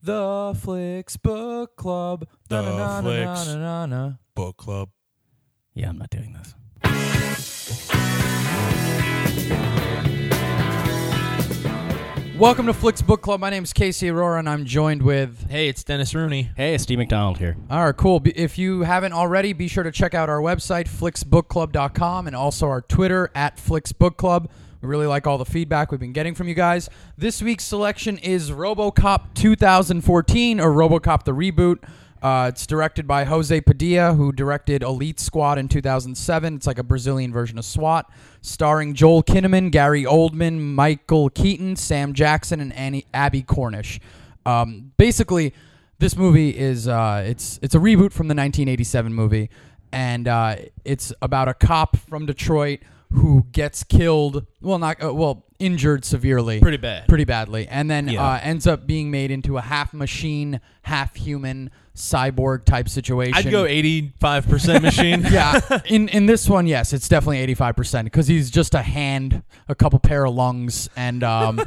The Flicks Book Club. The Na-na-na-na-na-na-na. Flicks. Book club. Yeah, I'm not doing this. Welcome to Flicks Book Club. My name is Casey Aurora, and I'm joined with. Hey, it's Dennis Rooney. Hey, it's Steve McDonald here. All right, cool. Be- If you haven't already, be sure to check out our website, flicksbookclub.com, and also our Twitter, at flicksbookclub. We really like all the feedback we've been getting from you guys. This week's selection is Robocop 2014, or Robocop the Reboot. Uh, it's directed by Jose Padilla, who directed Elite Squad in 2007. It's like a Brazilian version of SWAT, starring Joel Kinnaman, Gary Oldman, Michael Keaton, Sam Jackson, and Annie- Abby Cornish. Um, basically, this movie is uh, it's it's a reboot from the 1987 movie, and uh, it's about a cop from Detroit who gets killed. Well, not uh, well, injured severely, Pretty bad. pretty badly, and then Yeah. uh, ends up being made into a half machine, half human, cyborg type situation. I'd go 85% machine. yeah, in in this one, yes, it's definitely eighty five percent because he's just a hand, a couple pair of lungs, and um,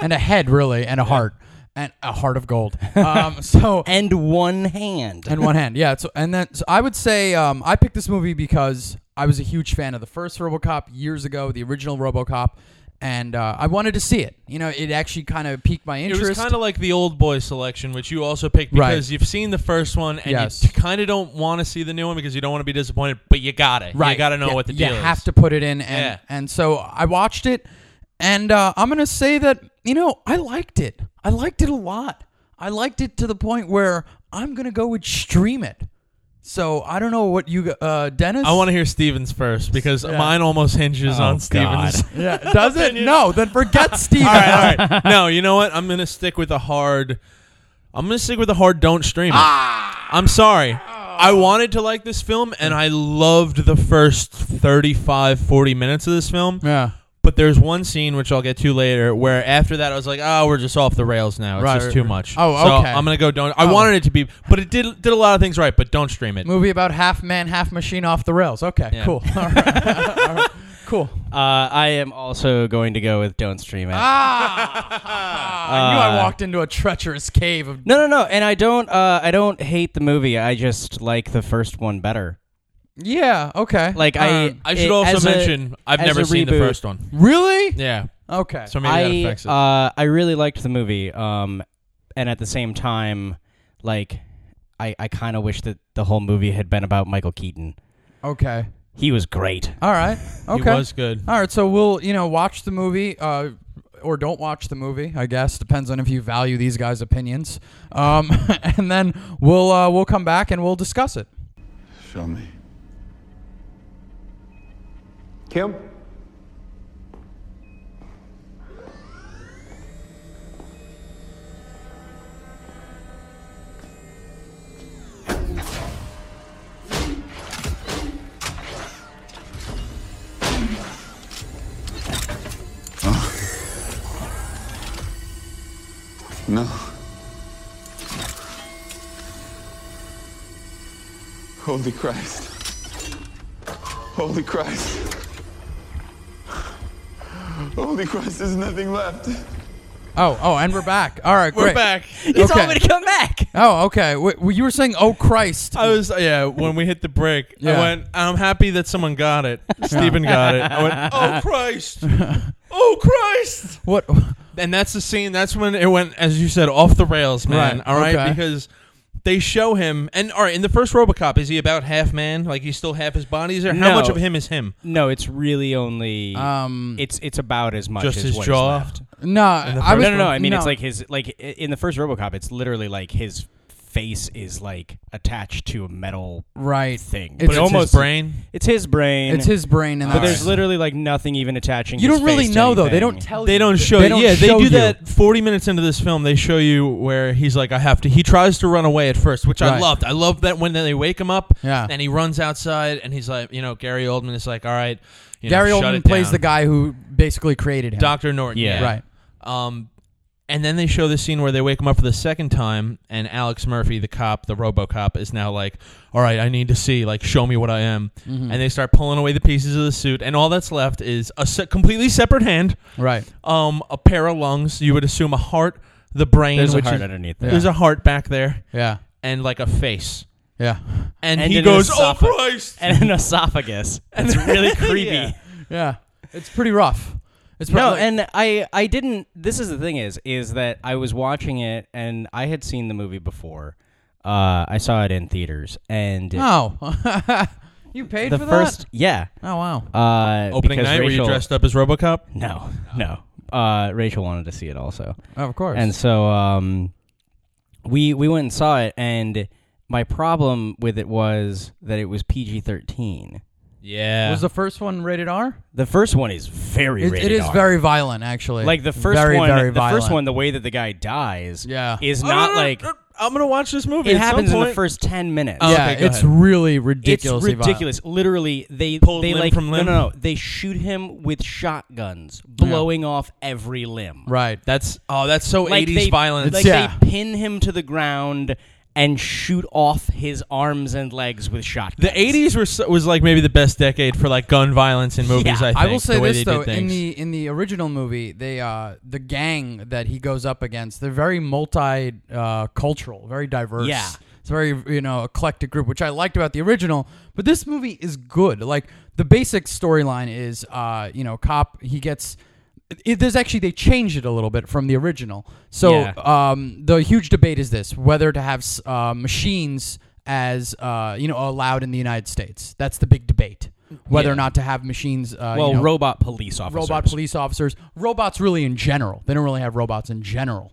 and a head really, and a heart, and a heart of gold. Um, so And one hand. Uh, and one hand. Yeah. So, and then so I would say um, I picked this movie because I was a huge fan of the first RoboCop years ago, the original RoboCop, and uh, I wanted to see it. You know, it actually kind of piqued my It interest. was kind of like the old boy selection, which you also picked Right. because you've seen the first one and Yes. you kind of don't want to see the new one because you don't want to be disappointed, but you got it. You got to know Yeah, what the you deal have is. to put it in, and Yeah. and so I watched it, and uh, I'm gonna say that you know I liked it. I liked it a lot. I liked it to the point where I'm gonna go and stream it. So I don't know what you, uh, Dennis. I want to hear Stevens first because Yeah. mine almost hinges Oh, on God. Stevens. Yeah, does it? No, then forget Steven. all right, all right. No, you know what? I'm gonna stick with a hard. I'm gonna stick with a hard. Don't stream it. Ah. I'm sorry. I wanted to like this film, and I loved the first 35, 40 minutes of this film. Yeah. But there's one scene which I'll get to later, where after that I was like, "Oh, we're just off the rails now. It's Right, just right, too right. much." Oh, So okay. I'm gonna go. Don't. I Oh. wanted it to be, but it did did a lot of things right. But don't stream it. Movie about half man, half machine off the rails. Okay, Yeah. cool. All right. All right. Cool. Uh, I am also going to go with don't stream it. Ah, I knew I Uh, walked into a treacherous cave of. No, no, no. And I don't. Uh, I don't hate the movie. I just like the first one better. Yeah. Okay. Like I. Um, I should it- also as a- mention I've as never a seen the reboot- first one. really. Yeah, Okay. so maybe that I. affects it. Uh, I really liked the movie. Um, and at the same time, like, I I kind of wish that the whole movie had been about Michael Keaton. Okay. He was great. All right. Okay. It was good. All right. So we'll you know watch the movie. Uh, or don't watch the movie. I guess depends on if you value these guys' opinions. Um, and then we'll uh, we'll come back and we'll discuss it. Show me. Kim? No. Holy Christ. Holy Christ. Holy Christ, there's nothing left. Oh, oh, and we're back. All right, We're great. back. You told Okay. me to come back. Oh, okay. Wait, well, you were saying, "Oh Christ." I was yeah. When we hit the break, Yeah. I went. I'm happy that someone got it. Stephen got it. I went. Oh Christ! Oh Christ! What? And that's the scene. That's when it went, as you said, off the rails, man. Right, All right, okay. because they show him. And all right, in the first RoboCop, is he about half man? Like he's still half his body? Is there how No. much of him is him? No, it's really only. Ah. Um, it's it's about as much Mm. Just as his what is jaw? left. no, I No, was, no, no. I mean, it's like his like i- in the first RoboCop, it's literally like his face is like attached to a metal right. thing. It's- But It's it's almost his brain. It's his brain. It's his brain, and But that's- there's literally like nothing even attaching. you his don't really face to know though. They anything. don't tell. They you. don't show. They you. don't yeah, show they do you. that. Forty minutes into this film, they show you where he's like, "I have to." He tries to run away at first, which I Right. loved. I loved that when they wake him up, Yeah. and he runs outside, and he's like, you know, Gary Oldman is like, "All right." You Gary know, shut Oldman it plays down." the guy who basically created him. Doctor Norton. Yeah. Right. Um, and then they show the scene where they wake him up for the second time, and Alex Murphy, the cop, the RoboCop, is now like, "All right, I need to see, like, show me what I am." Mm-hmm. And they start pulling away the pieces of the suit, and all that's left is a se- completely separate hand, Right. um, a pair of lungs. You would assume a heart. the brain, There's a which heart is, underneath Yeah. there. there's a heart back there, Yeah. and like a face, Yeah. and, And he an goes, esophagus. "Oh Christ!" and an esophagus. It's really creepy. Yeah. Yeah. It's pretty rough. It's No, probably, and I I didn't. This is the thing is is that I was watching it and I had seen the movie before. Uh, I saw it in theaters and oh, you Ah, paid the for first that? yeah. Oh wow. Uh, Opening because night, were you Rachel- dressed up as RoboCop? No, no. Uh, Rachel wanted to see it also, Oh, of course. and so um, we we went and saw it. And my problem with it was that it was PG thirteen. Yeah. was the first one rated R? The first one is very It- it rated is R. very violent, actually. like the first very, one. Very the violent. first one, the way that the guy dies, Yeah. is Oh, not no, no, like no, I'm gonna watch this movie. it at some happens in the point. first ten minutes. Oh, yeah, okay, go it's ahead. really It's ridiculously violent. ridiculous. Literally, they Pulled they limb like from limb. no no no. They shoot him with shotguns, blowing off every limb. Right. That's oh, that's so like 80s they, violence. Like Yeah. they pin him to the ground and shoot off his arms and legs with shotguns. the 80s were so, was like maybe the best decade for like gun violence in movies. Yeah. I think I will say the way this they though: did in things. the in the original movie, they uh, the gang that he goes up against, they're very multi-cultural, very diverse. Yeah. it's a very you know eclectic group, which I liked about the original. But this movie is good. Like the basic storyline is, uh, you know, cop he gets. It, there's actually they changed it a little bit from the original. So Yeah. um, the huge debate is this: whether to have s- uh, machines as uh, you know allowed in the United States. That's the big debate. Whether or not to have machines uh, well, you know, robot police officers. robot police officers, robots really in general. They don't really have robots in general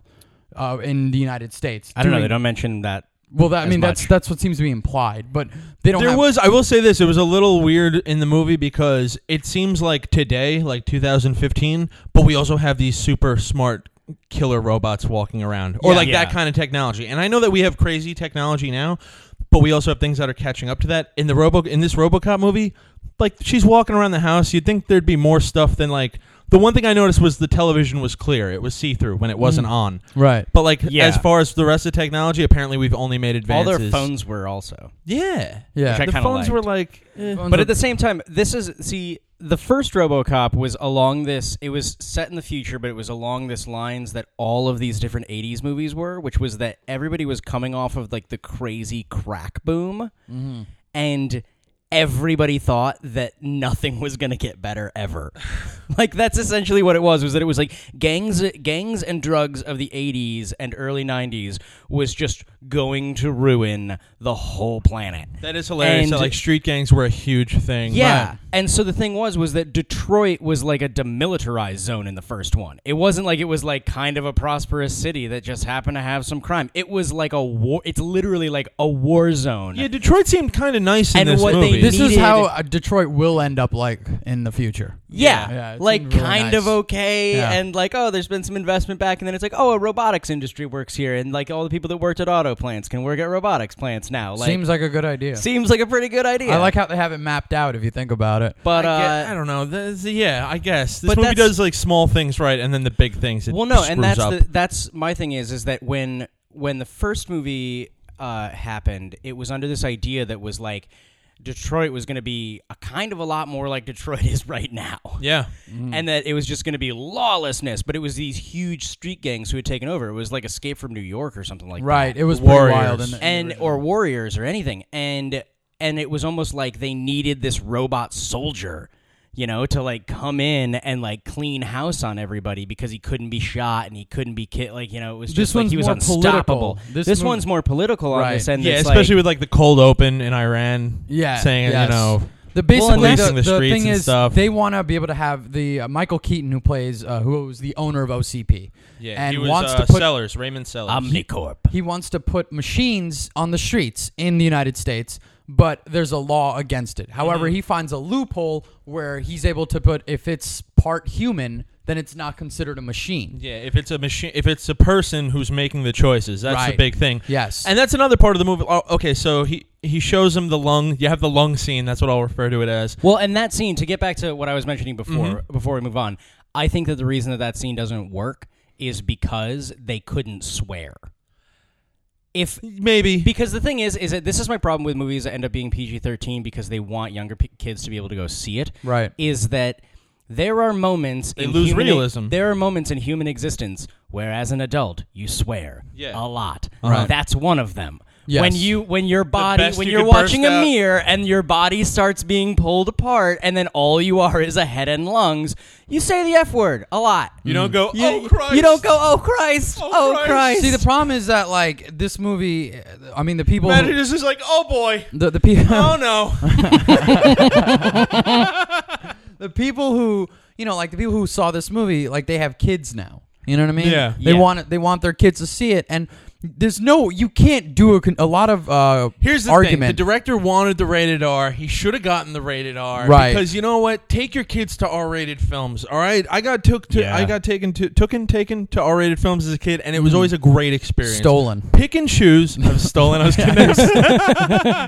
uh, in the United States. I don't know. Doing- They don't mention that. Well, that, I as mean, that's much. that's what seems to be implied, but they don't. there have, was I will say this: it was a little weird in the movie because it seems like today, like 2015, but we also have these super smart killer robots walking around, or Yeah. like Yeah. that kind of technology. And I know that we have crazy technology now, but we also have things that are catching up to that. In the Robo in this RoboCop movie, like she's walking around the house, you'd think there'd be more stuff than like. The one thing I noticed was the television was clear; it was see-through when it wasn't on. right. But like Mm. Yeah. as far as the rest of technology, apparently we've only made advances. All their phones were also. yeah, Yeah. Which I The kinda phones liked. were like, eh. Phones But are- at the same time, this is see the first RoboCop was along this. It was set in the future, but it was along this lines that all of these different '80s movies were, which was that everybody was coming off of like the crazy crack boom, and everybody thought that nothing was going to get better ever. like that's essentially what it was. Was that it was like gangs, gangs and drugs of the '80s and early '90s was just going to ruin the whole planet. That is hilarious. that, And- like street gangs were a huge thing. Yeah. Right. And so the thing was was that Detroit was like a demilitarized zone in the first one. It wasn't like it was like kind of a prosperous city that just happened to have some crime. It was like a war it's literally like a war zone. yeah. Detroit seemed kind of nice in And this what they movie. this is needed- how uh, Detroit will end up like in the future. Yeah, Yeah, it like seemed really kind nice. of okay, Yeah. and like oh, there's been some investment back, and then it's like oh, a robotics industry works here, and like all the people that worked at auto plants can work at robotics plants now. Like seems like a good idea. seems like a pretty good idea. I like how they have it mapped out. If you think about it, but I, uh, guess- I don't know. This- yeah, I guess this But movie that's- does like small things right, and then the big things. It well no and screws that's up. the, that's my thing is is that when when the first movie uh, happened it was under this idea that was like detroit was going to be a kind of a lot more like detroit is right now yeah. Mm-hmm. and that it was just going to be lawlessness but it was these huge street gangs who had taken over it was like escape from new york or something like right? that It was Warriors. pretty wild. In the, in the and original. or warriors or anything and and it was almost like they needed this robot soldier you know to like come in and like clean house on everybody because he couldn't be shot and he couldn't be killed like you know it was This just like one's he was more unstoppable political. This this, mov- one's more political on Right. this end Yeah, it's especially like, with like the cold open in Iran. yeah, saying yes. you know. The basically that's- the, Policing the the streets thing and is stuff. they want to be able to have the uh, Michael Keaton who plays uh, who was the owner of OCP Yeah, and he was wants uh, to put Sellers, Raymond Sellers. omnicorp he wants to put machines on the streets in the United States, but there's a law against it. However, Mm-hmm. he finds a loophole where he's able to put if it's part human, then it's not considered a machine. Yeah, if it's a machine, if it's a person who's making the choices, that's Right. the big thing. Yes. and that's another part of the movie. Oh, okay, so he he shows him the lung. You have the lung scene. That's what I'll refer to it as. well and that scene to get back to what i was mentioning before Mm-hmm. before we move on i think that the reason that that scene doesn't work is because they couldn't swear if Maybe Because the thing is, is that this is my problem with movies that end up being PG thirteen because they want younger p- kids to be able to go see it. Right. Is that There are moments They in lose human e-, realism. there are moments in human existence where, as an adult, you swear Yeah. a lot. Uh-huh. Right. That's one of them. Yes. When you when your body best when you you're could burst watching a out. mirror and your body starts being pulled apart and then all you are is a head and lungs, you say the f word a lot. You don't go, You- oh, Christ. You don't go, oh Christ, oh, Christ." Christ. See, the problem is that like this movie, I mean, the people, Imagine this is like, oh, boy. the the people, Oh, no. the people who you know, like the people who saw this movie, like they have kids now. You know what I mean? Yeah. They Yeah. want it. They want their kids to see it, and there's no, you can't do a, con- a lot of uh, Here's the thing: the argument. director wanted the rated R. He should have gotten the rated R, Right. Because you know what? Take your kids to R-rated films. All right, I got took to, Yeah. I got taken to, took and taken to R-rated films as a kid, and it was always a great experience. Stolen. pick and choose. I was stolen. I was convinced.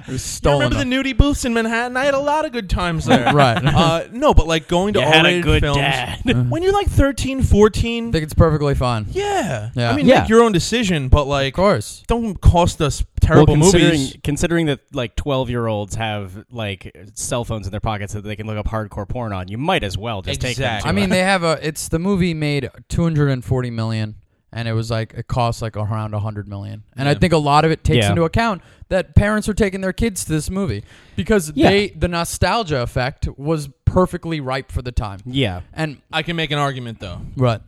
You Stolen. remember the nudie booths in Manhattan? I had a lot of good times there. Right. Uh, no, but like going to You had a R-rated good films. Uh-huh. dad. when you're like 13, I 14, think it's perfectly fine. yeah. Yeah. I mean, Yeah. make your own decision, but like, Of course. don't cost us well, terrible considering movies. considering that like twelve year olds have like cell phones in their pockets that they can look up hardcore porn on, you might as well just take them. Exactly. to I it. mean, they have a. It's the movie made 240 million, and it was like it cost like around 100 million. And I think a lot of it takes Yeah. into account that parents are taking their kids to this movie because Yeah. they the nostalgia effect was perfectly ripe for the time. yeah, And I can make an argument though. right,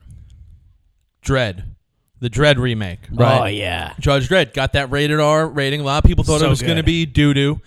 Dread, the Dread remake. Right. oh yeah, Judge Dredd got that rated R rating. A lot of people thought So it was good. Mm. going to be doo doo.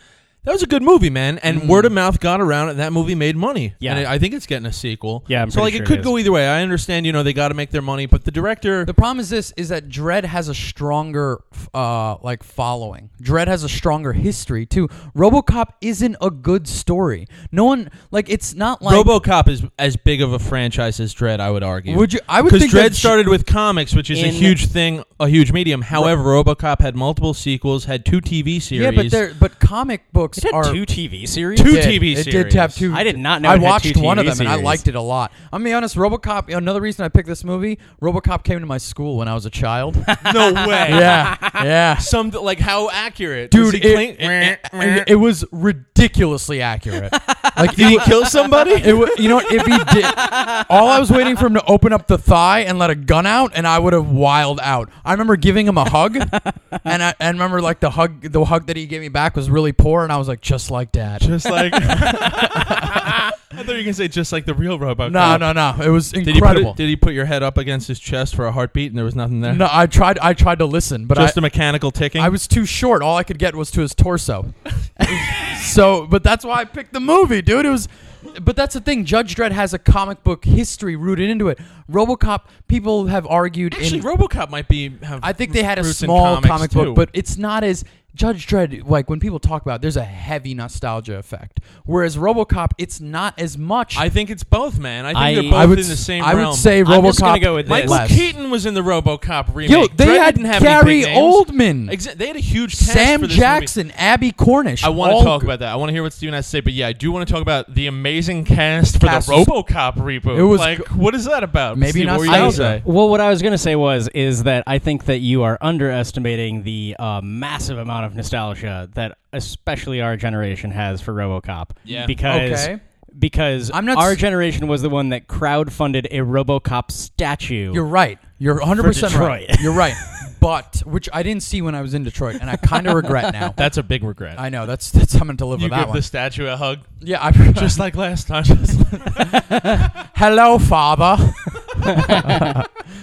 That was a good movie, man. And word of mouth got around, and that movie made money. Yeah. and I I think it's getting a sequel. Yeah, I'm so like pretty it sure it could go is. either way. I understand, you know, they got to make their money, but the director, the problem is this: is that Dread has a stronger, f- uh, like following. Dread has a stronger history too. RoboCop isn't a good story. No one like it's not like RoboCop, is as big of a franchise as Dread. I would argue. Would you- I would because think that Dread j- started with comics, which is a In- huge thing, a huge medium. However, RoboCop had multiple sequels, had two TV series. Yeah, but they're but comic books it had are two TV series. Two did. TV it series. did have two. I did not know I it had watched two one of them TV and I series. liked it a lot. I'm gonna be honest. RoboCop. Another reason I picked this movie. RoboCop came to my school when I was a child. no way. yeah, yeah. Some like how accurate, Does Dude, it, he claim- it, it- it was ridiculously accurate. Like Did he kill somebody? It wa you know, if he did, all I was waiting for him to open up the thigh and let a gun out, and I would have wild out. I remember giving him a hug, and I, and remember like the hug, the hug that he gave me back was really poor, and I was like, just like dad. Just like I thought you were gonna say just like the real robot. No, no, no. It was Did he, put incredible. it, did he put your head up against his chest for a heartbeat and there was nothing there? no, I tried. I tried to listen, but Just a I, mechanical ticking. I was too short. All I could get was to his torso. so, but that's why I picked the movie, dude. It was. But that's the thing. Judge Dredd has a comic book history rooted into it. RoboCop. People have argued. actually in, RoboCop might be. Have I think they had a roots in small comics, comic too. book, but it's not as Judge Dredd. Like when people talk about, it, there's a heavy nostalgia effect. Whereas RoboCop, it's not as much. I think it's both, man. I think I- they're both I would in the s- same I realm. would say RoboCop. I'm just gonna go with this. Michael less. Keaton was in the RoboCop remake. Yo, they Dredd had didn't have any big Gary names. Oldman. Exa- they had a huge cast Sam for this Jackson, Abby Cornish. Movie. I want all to talk gr- about that. I want to hear what Steven has to say. But yeah, I do want to talk about the amazing cast for Cast the was- RoboCop reboot. It was like, g- what is that about? Maybe Steve, not What were you gonna I- say? Well, what I was going to say was is that I think that you are underestimating the uh, massive amount of nostalgia that especially our generation has for RoboCop. Yeah. Because Okay. because I'm not our s- generation was the one that crowdfunded a RoboCop statue. You're right. You're 100 percent right. Detroit. You're right. But which I didn't see when I was in Detroit, and I kind of regret now. That's a big regret. I know that's that's I'm going to live you with that give one. the statue a hug, yeah, I just like last time. hello, father.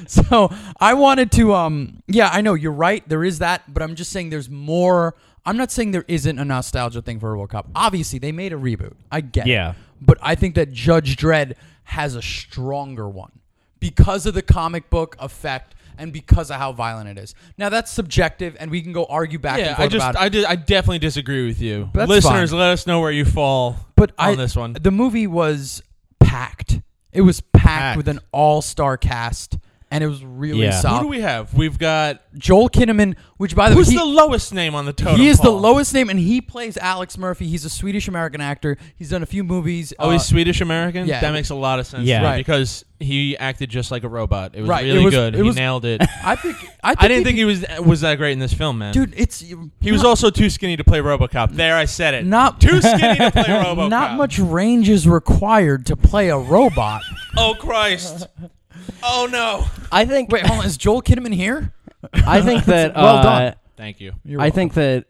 so I wanted to, um, yeah, I know you're right. There is that, but I'm just saying there's more. I'm not saying there isn't a nostalgia thing for World Cup. Obviously, they made a reboot. I get it. Yeah. But I think that Judge Dredd has a stronger one because of the comic book effect and because of how violent it is. Now, that's subjective, and we can go argue back and yeah, forth I just, about it. I, did, I definitely disagree with you. That's Listeners, fine. let us know where you fall but on I, this one. The movie was packed. It was packed, Packed. with an all-star cast. and it was really Yeah. Who solid. Who do we have? We've got Joel Kinnaman, which by the who's way, uh, he- the lowest name on the totem. he is the pole? lowest name, and he plays Alex Murphy. He's a Swedish American actor. He's done a few movies. Oh, he's uh, Swedish American. yeah. that makes a lot of sense. Yeah. to me Right. because he acted just like a robot. It was Right, it really was- good. it he was- nailed it. I think I, think I didn't think he was was that great in this film, man. dude. It's he was also too skinny to play RoboCop. There, I said it. Not- too skinny to play RoboCop. not much range is required to play a robot. Oh Christ! Oh no! I think. Wait, hold on. Is Joel Kinnaman here? I think that. Well uh, done. Thank you. You're I welcome. think that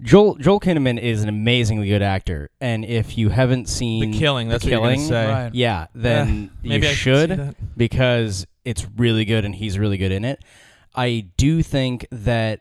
Joel Joel Kinnaman is an amazingly good actor, and if you haven't seen The killing. That's what you're Killing, gonna say. Right. yeah, then Eh, maybe you I should see should that. because it's really good and he's really good in it. I do think that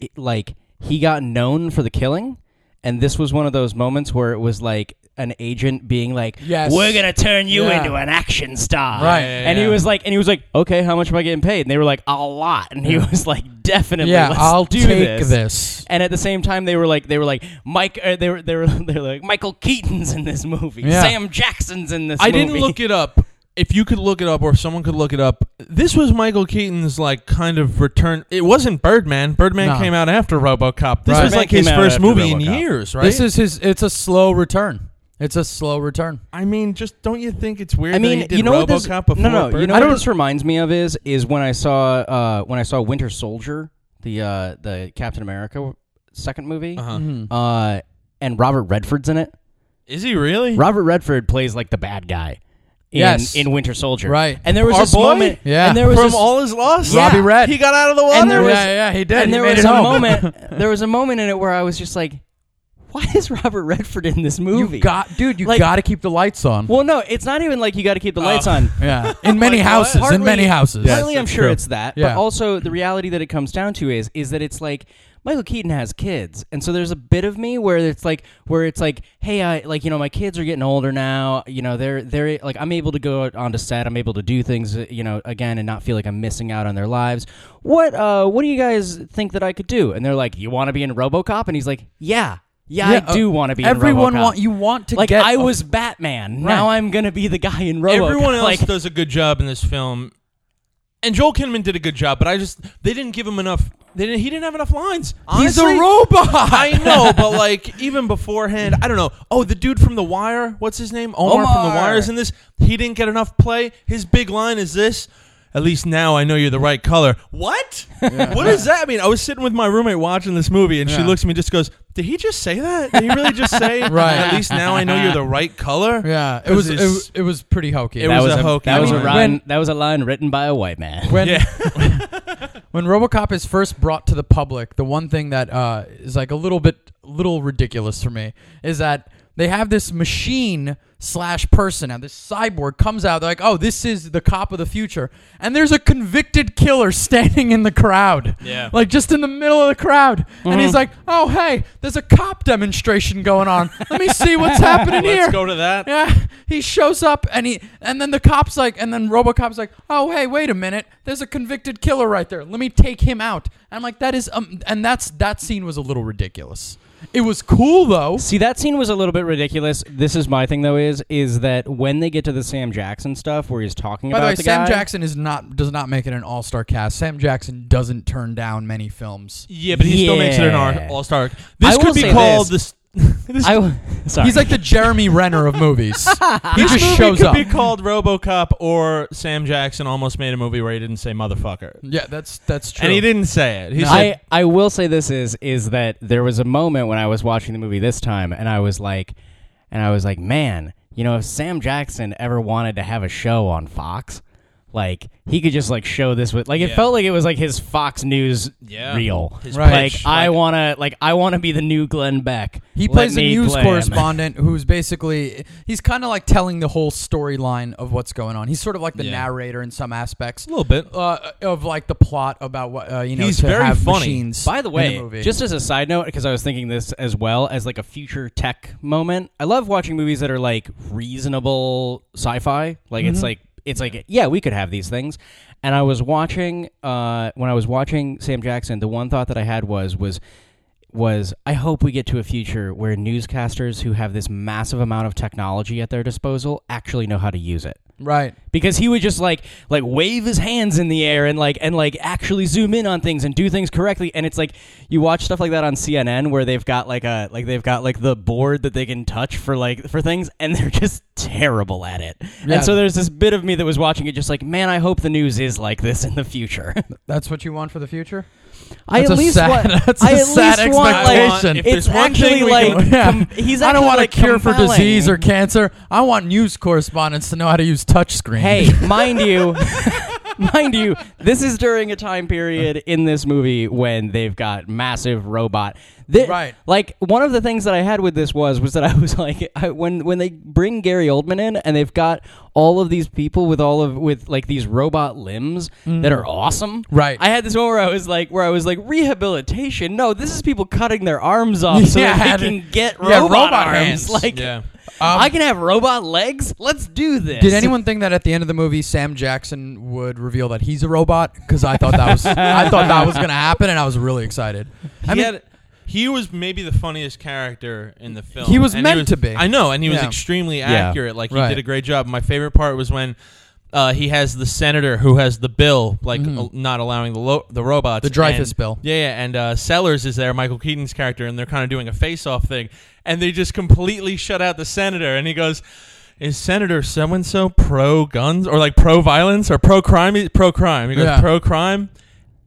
it, like he got known for the killing, and this was one of those moments where it was like an agent being like, Yes. "We're gonna turn you Yeah. into an action star," Right. Yeah, yeah, And he yeah. was like, and he was like, "Okay, how much am I getting paid?" And they were like, "A lot," and he was like, "Definitely, yeah, let's I'll do take this. this. And at the same time, they were like, they were like, Mike, uh, they were, they were, they were like, Michael Keaton's in this movie, Yeah. Sam Jackson's in this. I movie. didn't look it up. If you could look it up, or if someone could look it up, this was Michael Keaton's like kind of return. It wasn't Birdman. Birdman No. came out after RoboCop. This Right. was Birdman like his came out first after movie in RoboCop. years, right? This is his. It's a slow return. It's a slow return. I mean, just don't you think it's weird? I mean, that he did you know what this, RoboCop before no, no, you Birdman? know I what don't. this reminds me of is is when I saw uh, when I saw Winter Soldier, the uh, the Captain America second movie, Uh-huh. uh, and Robert Redford's in it. Is he really? Robert Redford plays like the bad guy. In, Yes. in Winter Soldier, Right. And there was Our this boy? moment, Yeah. and there was From this, all his loss, Robbie Red. Oh, He got out of the water. And there was- yeah, yeah, he did. and there he made was it a home. moment there was a moment in it where I was just like, why is Robert Redford in this movie? You got, dude. You Like- got to keep the lights on. well, no, it's not even like you got to Oh. keep the lights on. yeah, in many Like, what? houses. in Partly- many houses. Yes, Partly, I'm that's sure true. it's that, Yeah. but also the reality that it comes down to is is that it's like Michael Keaton has kids, and so there's a bit of me where it's like where it's like, hey, I like you know my kids are getting older now, you know they're they're like I'm able to go out onto set, I'm able to do things uh, you know again and not feel like I'm missing out on their lives. What uh what do you guys think that I could do? And they're like, you want to be in RoboCop? And he's like, yeah, yeah, uh, I do want to be. Everyone in RoboCop. want you want to like get I a- was Batman. Now Right. I'm gonna be the guy in RoboCop. Everyone else like, does a good job in this film, and Joel Kinnaman did a good job. But I just they didn't give him enough. They didn't, he didn't have enough lines. He's a honestly. robot. I know, but like even beforehand, I don't know. Oh, the dude from The Wire, what's his name? Omar, from The Omar. Wire is in this. He didn't get enough play. His big line is this. At least now I know you're the right color. What? What does that mean? I was sitting with my roommate watching this movie, and she Yeah. looks at me, and just goes, "Did he just say that? Did he really just say? Right. At least now I know you're the right color. Yeah, it 'Cause was it, it's- was- it was pretty hokey. It that was was a a, hokey That was a line. line. When- that was a line written by a white man. when Yeah. when RoboCop is first brought to the public, the one thing that uh, is like a little bit little ridiculous for me is that they have this machine slash person now this cyborg comes out they're like oh this is the cop of the future and there's a convicted killer standing in the crowd Yeah. Mm-hmm. like just in the middle of the crowd and he's like oh hey there's a cop demonstration going on let me see what's happening here Let's go to that. yeah, he shows up and he and then the cops like and then RoboCop's like, "Oh, hey, wait a minute. There's a convicted killer right there. Let me take him out." And I'm like, "That is um and that's that scene was a little ridiculous. It was cool though. See, that scene was a little bit ridiculous. This is my thing though is is that when they get to the Sam Jackson stuff where he's talking By about the way, the Sam guy- Jackson is not does not make it an all-star cast. Sam Jackson doesn't turn down many films. Yeah, but he still makes it Yeah. an all star. This I will could be say called this. this I w- sorry. He's like the Jeremy Renner of movies. he just this movie shows could up. be called RoboCop or Sam Jackson almost made a movie where he didn't say motherfucker, yeah, that's that's true. and he didn't say it. He said, I, I will say this is is that there was a moment when I was watching the movie this time and I was like and I was like, man, you know, if Sam Jackson ever wanted to have a show on Fox, like he could just like show this with like it Yeah. felt like it was like his Fox News Yeah. reel. His like pitch, I like- wanna like I wanna be the new Glenn Beck. He Let plays a me news play him. correspondent who's basically he's kind of like telling the whole storyline of what's going on. He's sort of like the Yeah. narrator in some aspects, a little bit. uh, of like the plot about what uh, you know. He's to very have funny. machines By the in way, movie. just as a side note, because I was thinking this as well as like a future tech moment. I love watching movies that are like reasonable sci-fi. Like Mm-hmm. it's like it's like yeah, we could have these things. And I was watching uh, when I was watching Sam Jackson. The one thought that I had was was was I hope we get to a future where newscasters who have this massive amount of technology at their disposal actually know how to use it. Right. Because he would just like like wave his hands in the air and like and like actually zoom in on things and do things correctly and it's like you watch stuff like that on CNN where they've got like a like they've got like the board that they can touch for like for things and they're just terrible at it. Yeah. And so there's this bit of me that was watching it just like man I hope the news is like this in the future. That's what you want for the future? I That's at a least sad- want. that's a I at sad least want like expectation. If it's there's one thing actually we like can- Yeah. com- he's. I don't want to a cure for disease or cancer. I want news correspondents to know how to use touchscreen. Hey, mind you, mind you, this is during a time period in this movie when they've got massive robot. Thi- Right. Like one of the things that I had with this was was that I was like, I, when when they bring Gary Oldman in and they've got all of these people with all of with like these robot limbs that are awesome. Mm. Right. I had this one where I was like, where I was like, rehabilitation. No, this is people cutting their arms off so Yeah. that they can get Yeah, robot, robot arms. hands. Um, Like. Yeah. I can have robot legs. Let's do this. Did anyone think that at the end of the movie Sam Jackson would reveal that he's a robot? Because I thought that was I thought that was gonna happen, and I was really excited. I he mean, had, he was maybe the funniest character in the film. He was And meant to be. I know, and he was Yeah. extremely Yeah. accurate. Like he Right. did a great job. My favorite part was when uh, he has the senator who has the bill, like uh, not allowing the lo- the robots. Mm. The Dreyfus and- bill. Yeah, yeah, and uh, Sellers is there, Michael Keaton's character, and they're kind of doing a face-off thing, and they just completely shut out the senator, and he goes. Is Senator so and so pro guns or like pro violence or pro crime? Pro crime. He goes Yeah. pro crime,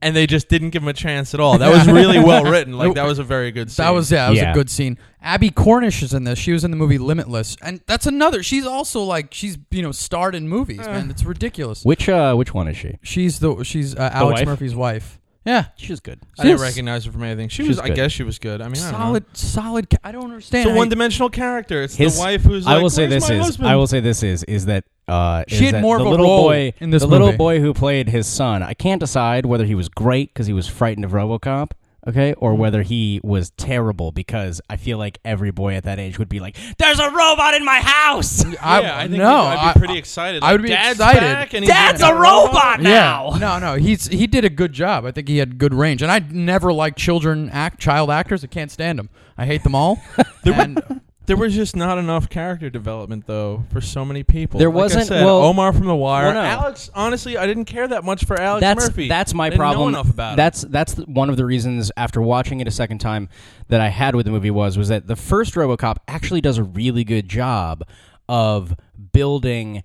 and they just didn't give him a chance at all. That was really well written. Like that was a very good. Scene. that was yeah, that was Yeah. a good scene. Abby Cornish is in this. She was in the movie Limitless, and that's another. She's also like she's you know starred in movies, man. It's ridiculous. Which uh, which one is she? She's the she's uh, Alex wife? Murphy's wife. Yeah, She's good. I didn't Yes. recognize her from anything. She She's was. I good. guess she was good. I mean, solid, solid. ca- I don't I don't understand. know. It's how a you- one-dimensional character. It's His- the wife who's. I like, will say "Where's this my is. husband?" I will say this is is that uh, She is had that more the of a little role boy in this the little movie. boy who played his son. I can't decide whether he was great because he was frightened of RoboCop. Okay, or whether he was terrible because I feel like every boy at that age would be like, "There's a robot in my house. I, yeah, I think no, I'd be pretty excited. I would Like, be Dad's excited. Back and he's Dad's in a robot now." Yeah. No, no, he's he did a good job. I think he had good range, and I never liked children act child actors. I can't stand them. I hate them all. and There was just not enough character development though for so many people. There Like I wasn't- said, well- Omar from The Wire. Well, no. Alex. Honestly, I didn't care that much for Alex that's Murphy. that's my I didn't know problem. enough about him. that's that's the- one of the reasons after watching it a second time that I had with the movie was was that the first RoboCop actually does a really good job of building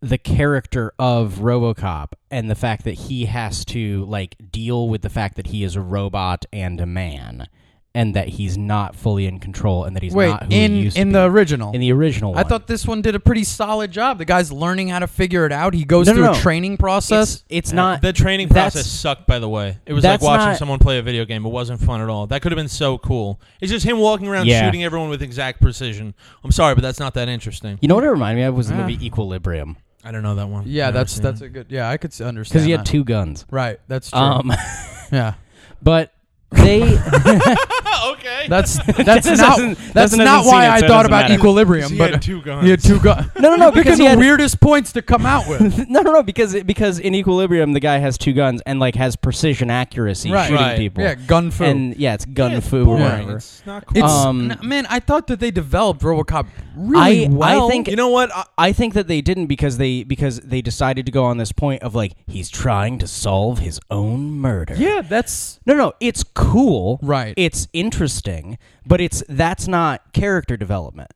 the character of RoboCop and the fact that he has to like deal with the fact that he is a robot and a man and that he's not fully in control and that he's wait, not who he in used to in be. the original, in the original I one. thought this one did a pretty solid job. The guy's learning how to figure it out. He goes No, no, through no. a training process. it's, it's not The training that's- process sucked, by the way. It was like that's watching not- someone play a video game. It wasn't fun at all. That could have been so cool. It's just him walking around Yeah. shooting everyone with exact precision. I'm sorry, but that's not that interesting. You know what it reminded me of was the Yeah. movie Equilibrium I don't know that one. yeah, Never that's seen that's it. a good. Yeah, I could s- understand. because he had that. two guns. Right, that's true. Um, yeah, but they okay. that's that's This not hasn't- that's this hasn't not seen why it, I so it thought doesn't about matter. equilibrium. He but uh, had two guns. He had two guns. No, no, no, You're because picking he the had- weirdest points to come out with. no no no because because in equilibrium the guy has two guns and like has precision accuracy Right. shooting Right. people yeah, gun food. and yeah it's gun Yeah, it's foo or boring. whatever It's not cool. It's Um, n- man, I thought that they developed RoboCop I- really I well. think- you know what? I, I think that they didn't because they because they decided to go on this point of like he's trying to solve his own murder yeah, that's no no it's cool Right. it's interesting but it's that's not character development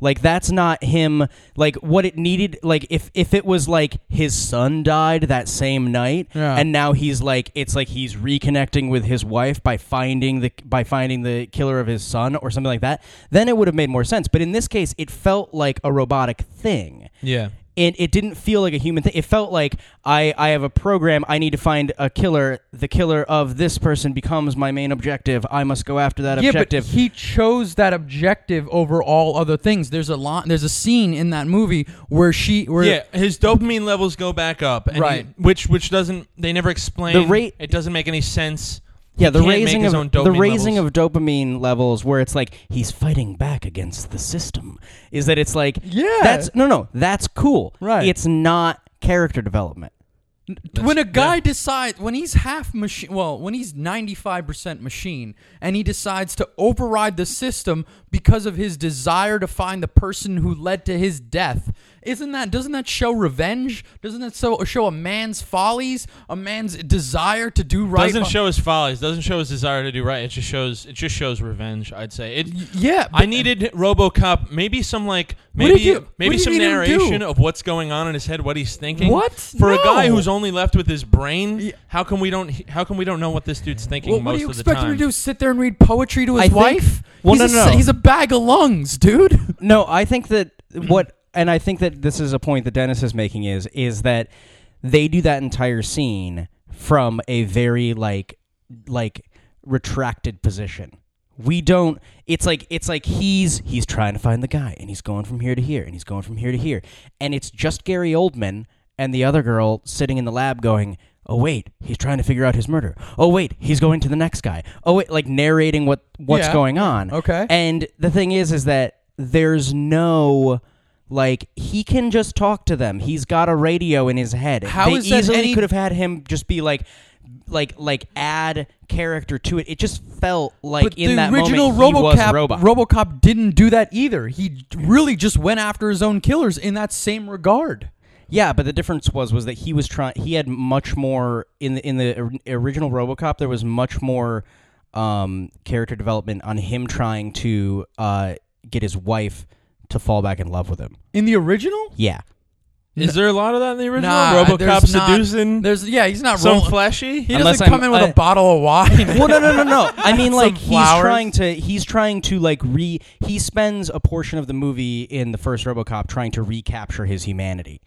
like that's not him like what it needed like if if it was like his son died that same night Yeah. and now he's like it's like he's reconnecting with his wife by finding the by finding the killer of his son or something like that then it would have made more sense but in this case it felt like a robotic thing yeah. and it didn't feel like a human thing. It felt like I, I have a program. I need to find a killer. The killer of this person becomes my main objective. I must go after that yeah, objective. but he chose that objective over all other things. There's a lot. There's a scene in that movie where she, where Yeah, his dopamine levels go back up, and he- Right. which which doesn't they never explain. The rate- it doesn't make any sense. yeah, He the can't make raising his of own the dopamine raising levels. of dopamine levels, where it's like he's fighting back against the system. Is that it's like Yeah. that's no no that's cool Right. It's not character development. when a guy decides when he's half machine well when he's 95% machine and he decides to override the system because of his desire to find the person who led to his death isn't that doesn't that show revenge doesn't that so, show a man's follies a man's desire to do right doesn't by- show his follies. Doesn't show his desire to do right. It just shows. It just shows revenge. I'd say it. yeah I but- needed RoboCop. Maybe some like What did maybe you- what maybe did some you even do? narration of what's going on in his head, what he's thinking. What? for a guy No. who's only left with his brain? Yeah. How come we don't? How come we don't know what this dude's thinking well, most what do you of the expect him time? to do? Sit there and read poetry to his I think- wife? Well, he's no, a, no, no. He's a bag of lungs, dude. No, I think that what, and I think that this is a point that Dennis is making is is that they do that entire scene from a very like like retracted position. We don't. It's like it's like he's he's trying to find the guy, and he's going from here to here, and he's going from here to here, and it's just Gary Oldman and the other girl sitting in the lab going. Oh wait, he's trying to figure out his murder. Oh wait, he's going to the next guy. Oh wait, like narrating what what's Yeah. going on. Okay. And the thing is, is that there's no like he can just talk to them. He's got a radio in his head. How they is that easily any- could have had him just be like like like add character to it. It just felt like but in the that original moment he was RoboCop, a robot. RoboCop didn't do that either. He really just went after his own killers in that same regard. yeah, but the difference was was that he was trying he had much more in the in the or- original RoboCop there was much more um character development on him trying to uh get his wife to fall back in love with him. In the original, Yeah. Is there a lot of that in the original Nah, RoboCop there's not- seducing There's yeah, he's not some rolling- fleshy? He Unless doesn't I'm- come in with a I- bottle of wine. well, no, no, no, no. I mean, Some like he's flowers. trying to he's trying to like re he spends a portion of the movie in the first RoboCop trying to recapture his humanity,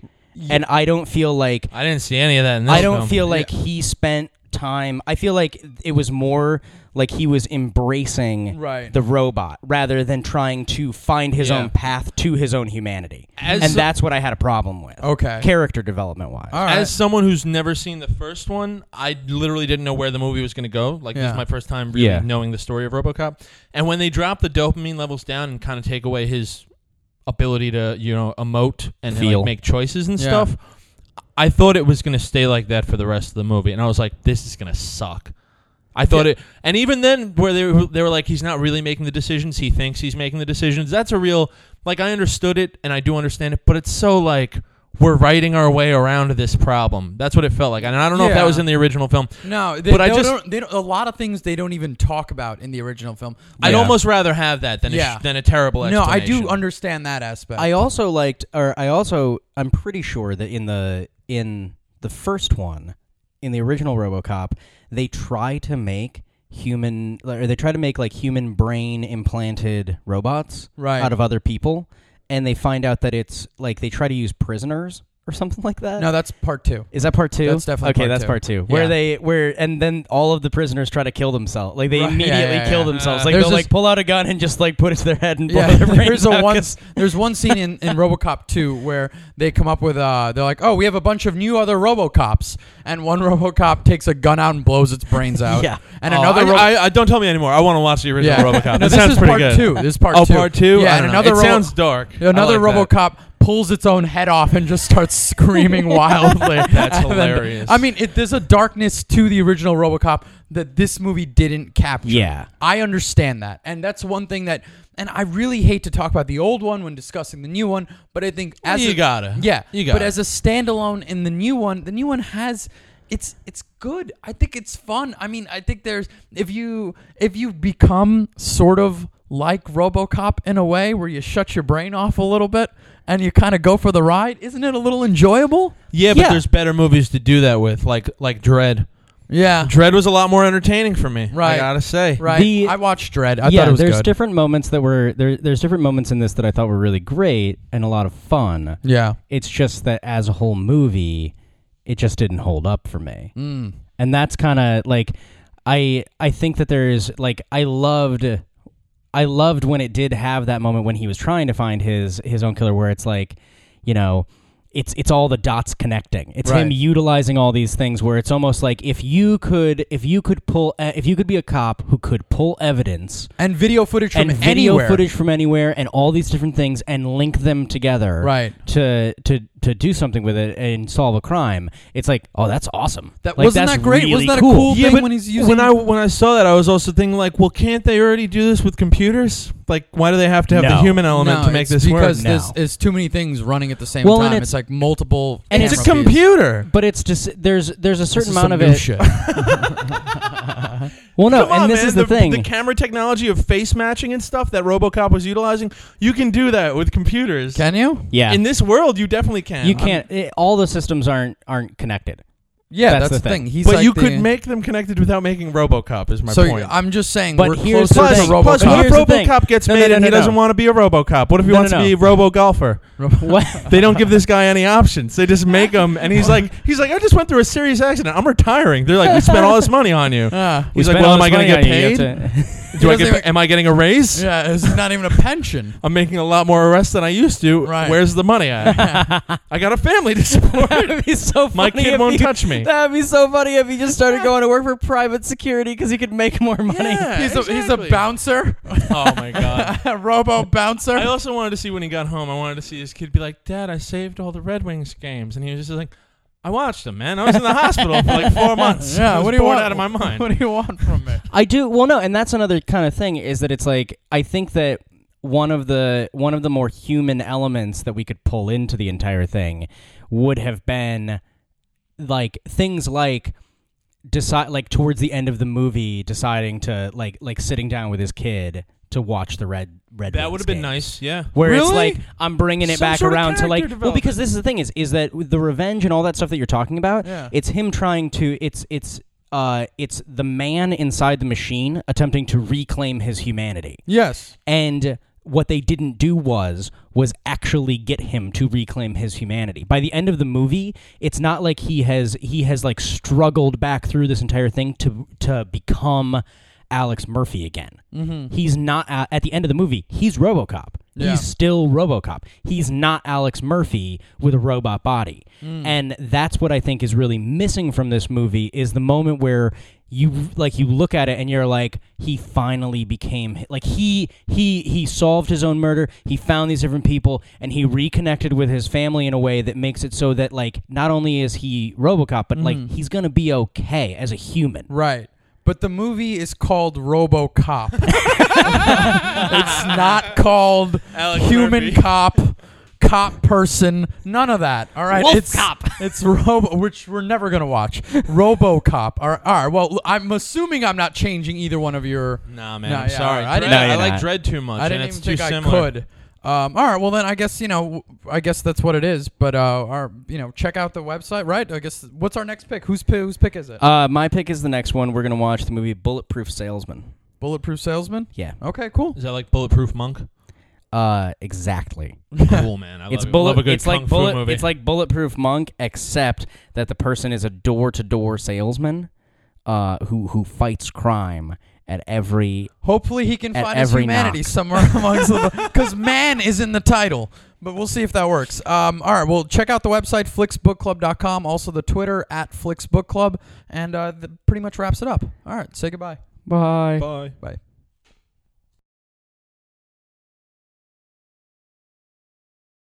and I don't feel like I didn't see any of that. in this I don't film. feel like he spent time. I feel like it was more like he was embracing Right. the robot rather than trying to find his Yeah. own path to his own humanity, As and so- Oh, that's what I had a problem with. Okay. character development wise. All right. As someone who's never seen the first one, I literally didn't know where the movie was going to go. Like this Yeah. is my first time really Yeah. knowing the story of RoboCop. And when they drop the dopamine levels down and kind of take away his ability to, you know, emote and like, Feel. make choices and Yeah. stuff, I thought it was going to stay like that for the rest of the movie. And I was like, this is going to suck. I thought it, and even then, where they were, they were like, he's not really making the decisions. He thinks he's making the decisions. That's a real, like, I understood it and I do understand it, but it's so like we're writing our way around this problem. That's what it felt like, and I don't know if Yeah. that was in the original film. no, they, But I they just- don't, they don't, a lot of things they don't even talk about in the original film. I'd Yeah. almost rather have that than Yeah. a, than a terrible. no, I do explanation. understand that aspect. I also liked, or I also, I'm pretty sure that in the in the first one, in the original RoboCop, they try to make human, or they try to make like human brain implanted robots Right. out of other people, and they find out that it's like they try to use prisoners or something like that. no, that's part two. Is that part two? That's definitely okay. part that's two. part two. Where Yeah. they where and then all of the prisoners try to kill themselves. Like they Right. Yeah, immediately yeah, kill yeah. themselves. Uh, like there's they'll this- like pull out a gun and just like put it to their head and blow Yeah, their brains there's a out one 'cause- there's one scene in, in RoboCop 2 where they come up with uh they're like oh we have a bunch of new other RoboCops and one RoboCop takes a gun out and blows its brains out Yeah. and Oh, another I, Robo- I- I- don't tell me anymore. I want to watch the original yeah RoboCop. no, That this sounds is pretty part good. two this is part oh, two part two. yeah I and don't know. another It Robo- sounds dark. I another like that. RoboCop pulls its own head off and just starts screaming wildly That's And then- hilarious. I mean it, there's a darkness to the original RoboCop that this movie didn't capture Yeah. I understand that. And that's one thing that and I really hate to talk about the old one when discussing the new one, but I think as You a, gotta. Yeah. You gotta. But as a standalone in the new one, the new one has it's it's good. I think it's fun. I mean, I think there's if you if you become sort of like RoboCop in a way where you shut your brain off a little bit and you kind of go for the ride, isn't it a little enjoyable? Yeah, but Yeah. there's better movies to do that with, like like Dread. Yeah. Dread was a lot more entertaining for me. Right. I gotta say. Right. The- I watched Dread. I yeah, thought it was there's good. different moments that were there. There's different moments in this that I thought were really great and a lot of fun. yeah. It's just that as a whole movie, it just didn't hold up for me, Mm. and that's kind of like I I think that there is like I loved I loved when it did have that moment when he was trying to find his his own killer, where it's like, you know, it's it's all the dots connecting. It's him Right. utilizing all these things where it's almost like if you could if you could pull uh, if you could be a cop who could pull evidence And video footage from and video anywhere. footage from anywhere and all these different things and link them together Right. to to to do something with it and solve a crime, it's like, oh, that's awesome. That- Like, wasn't that's that great? really Wasn't that a cool- yeah, thing but when when, he's using- I when I saw that, I was also thinking like, well, can't they already do this with computers? Like, why do they have to have the No. human element No, to make it's this work? because No. there's, there's too many things running at the same Well, and time. it's- It's, like multiple. and It's a camera feeds. computer. But it's just there's there's a This certain is amount some of new it. shit. Well, no, Come on, and this man. is the, thing. The camera technology of face matching and stuff that RoboCop was utilizing, you can do that with computers. Can you? yeah, In this world, you definitely can. you can't. It, all the systems aren't aren't connected. Yeah, that's, That's the the thing. thing. He's but like you the- could make them connected without making RoBoCop. Is my so point. I'm just saying, But we're here's closer the to plus, plus, thing. RoboCop. what if Here's the thing. RoboCop gets No, no, made no, and no, he doesn't no. want to be a RoboCop? What if he No, wants no, to be a no. Robo golfer? What? They don't give this guy any options. They just make him, and he's like, he's like, I just went through a serious accident. I'm retiring. They're like, we spent all this money on you. Ah. He's like, We spent well, all am this I going money to get on you, you paid? have to- Do I He doesn't get? even- pa- am I getting a raise? yeah, this is not even a pension. I'm making a lot more arrests than I used to. Right. Where's the money at? I got a family to support. That'd be so funny. My kid if won't he- touch me. That'd be so funny if he just started going to work for private security because he could make more money. Yeah, He's a he's a exactly. bouncer, Oh my god. a robo bouncer. I also wanted to see when he got home. I wanted to see his kid be like, "Dad, I saved all the Red Wings games," and he was just like, "I watched them, man. I was in the hospital for like four months. I yeah, was what do you bored want Out of my mind. What do you want from me? I do. Well, no, and that's another kind of thing is that it's like I think that one of the one of the more human elements that we could pull into the entire thing would have been like things like decide like towards the end of the movie deciding to like like sitting down with his kid to watch the red red That would have been nice. Yeah. where it's Really? like I'm bringing it Some back sort of around to like character well because this is the thing is is that with the revenge and all that stuff that you're talking about Yeah. it's him trying to it's it's uh it's the man inside the machine attempting to reclaim his humanity Yes, and what they didn't do was was actually get him to reclaim his humanity. By the end of the movie, it's not like he has he has like struggled back through this entire thing to to become Alex Murphy again. Mm-hmm. He's not a- at the end of the movie. He's RoboCop. Yeah. He's still RoboCop. He's not Alex Murphy with a robot body. And that's what I think is really missing from this movie is the moment where you like you look at it and you're like he finally became like he he he solved his own murder he found these different people and he reconnected with his family in a way that makes it so that like not only is he robocop but like he's gonna be okay as a human right. But the movie is called RoboCop. it's not called Alex Human Murphy. Cop, Cop Person, none of that. All right, Wolf it's Cop. It's Robo, which we're never gonna watch. RoboCop. All right, all right. Well, I'm assuming I'm not changing either one of your. Nah, man. No, I'm yeah, sorry. alright. I Dread- didn't- No, I you're like not. Dread too much. I didn't and it's even think too I similar. could. Um, all right, well then I guess you know I guess that's what it is. But uh, our you know check out the website, right? I guess what's our next pick? Whose pi- whose pick is it? uh, my pick is the next one we're gonna watch the movie bulletproof salesman Bulletproof salesman. yeah Okay, cool. Is that like Bulletproof Monk? uh, exactly cool, man. Oh. I it's love, it. bullet. love a good it's kung fu like bullet. movie. It's like bulletproof monk, except that the person is a door-to-door salesman, uh, who who fights crime at every. Hopefully he can At find his every humanity knock. somewhere amongst the because man is in the title. But we'll see if that works. Um, all right, well check out the website flicksbookclub.com, also the Twitter at flicksbookclub, and uh, that pretty much wraps it up. All right, say goodbye. Bye. Bye. Bye.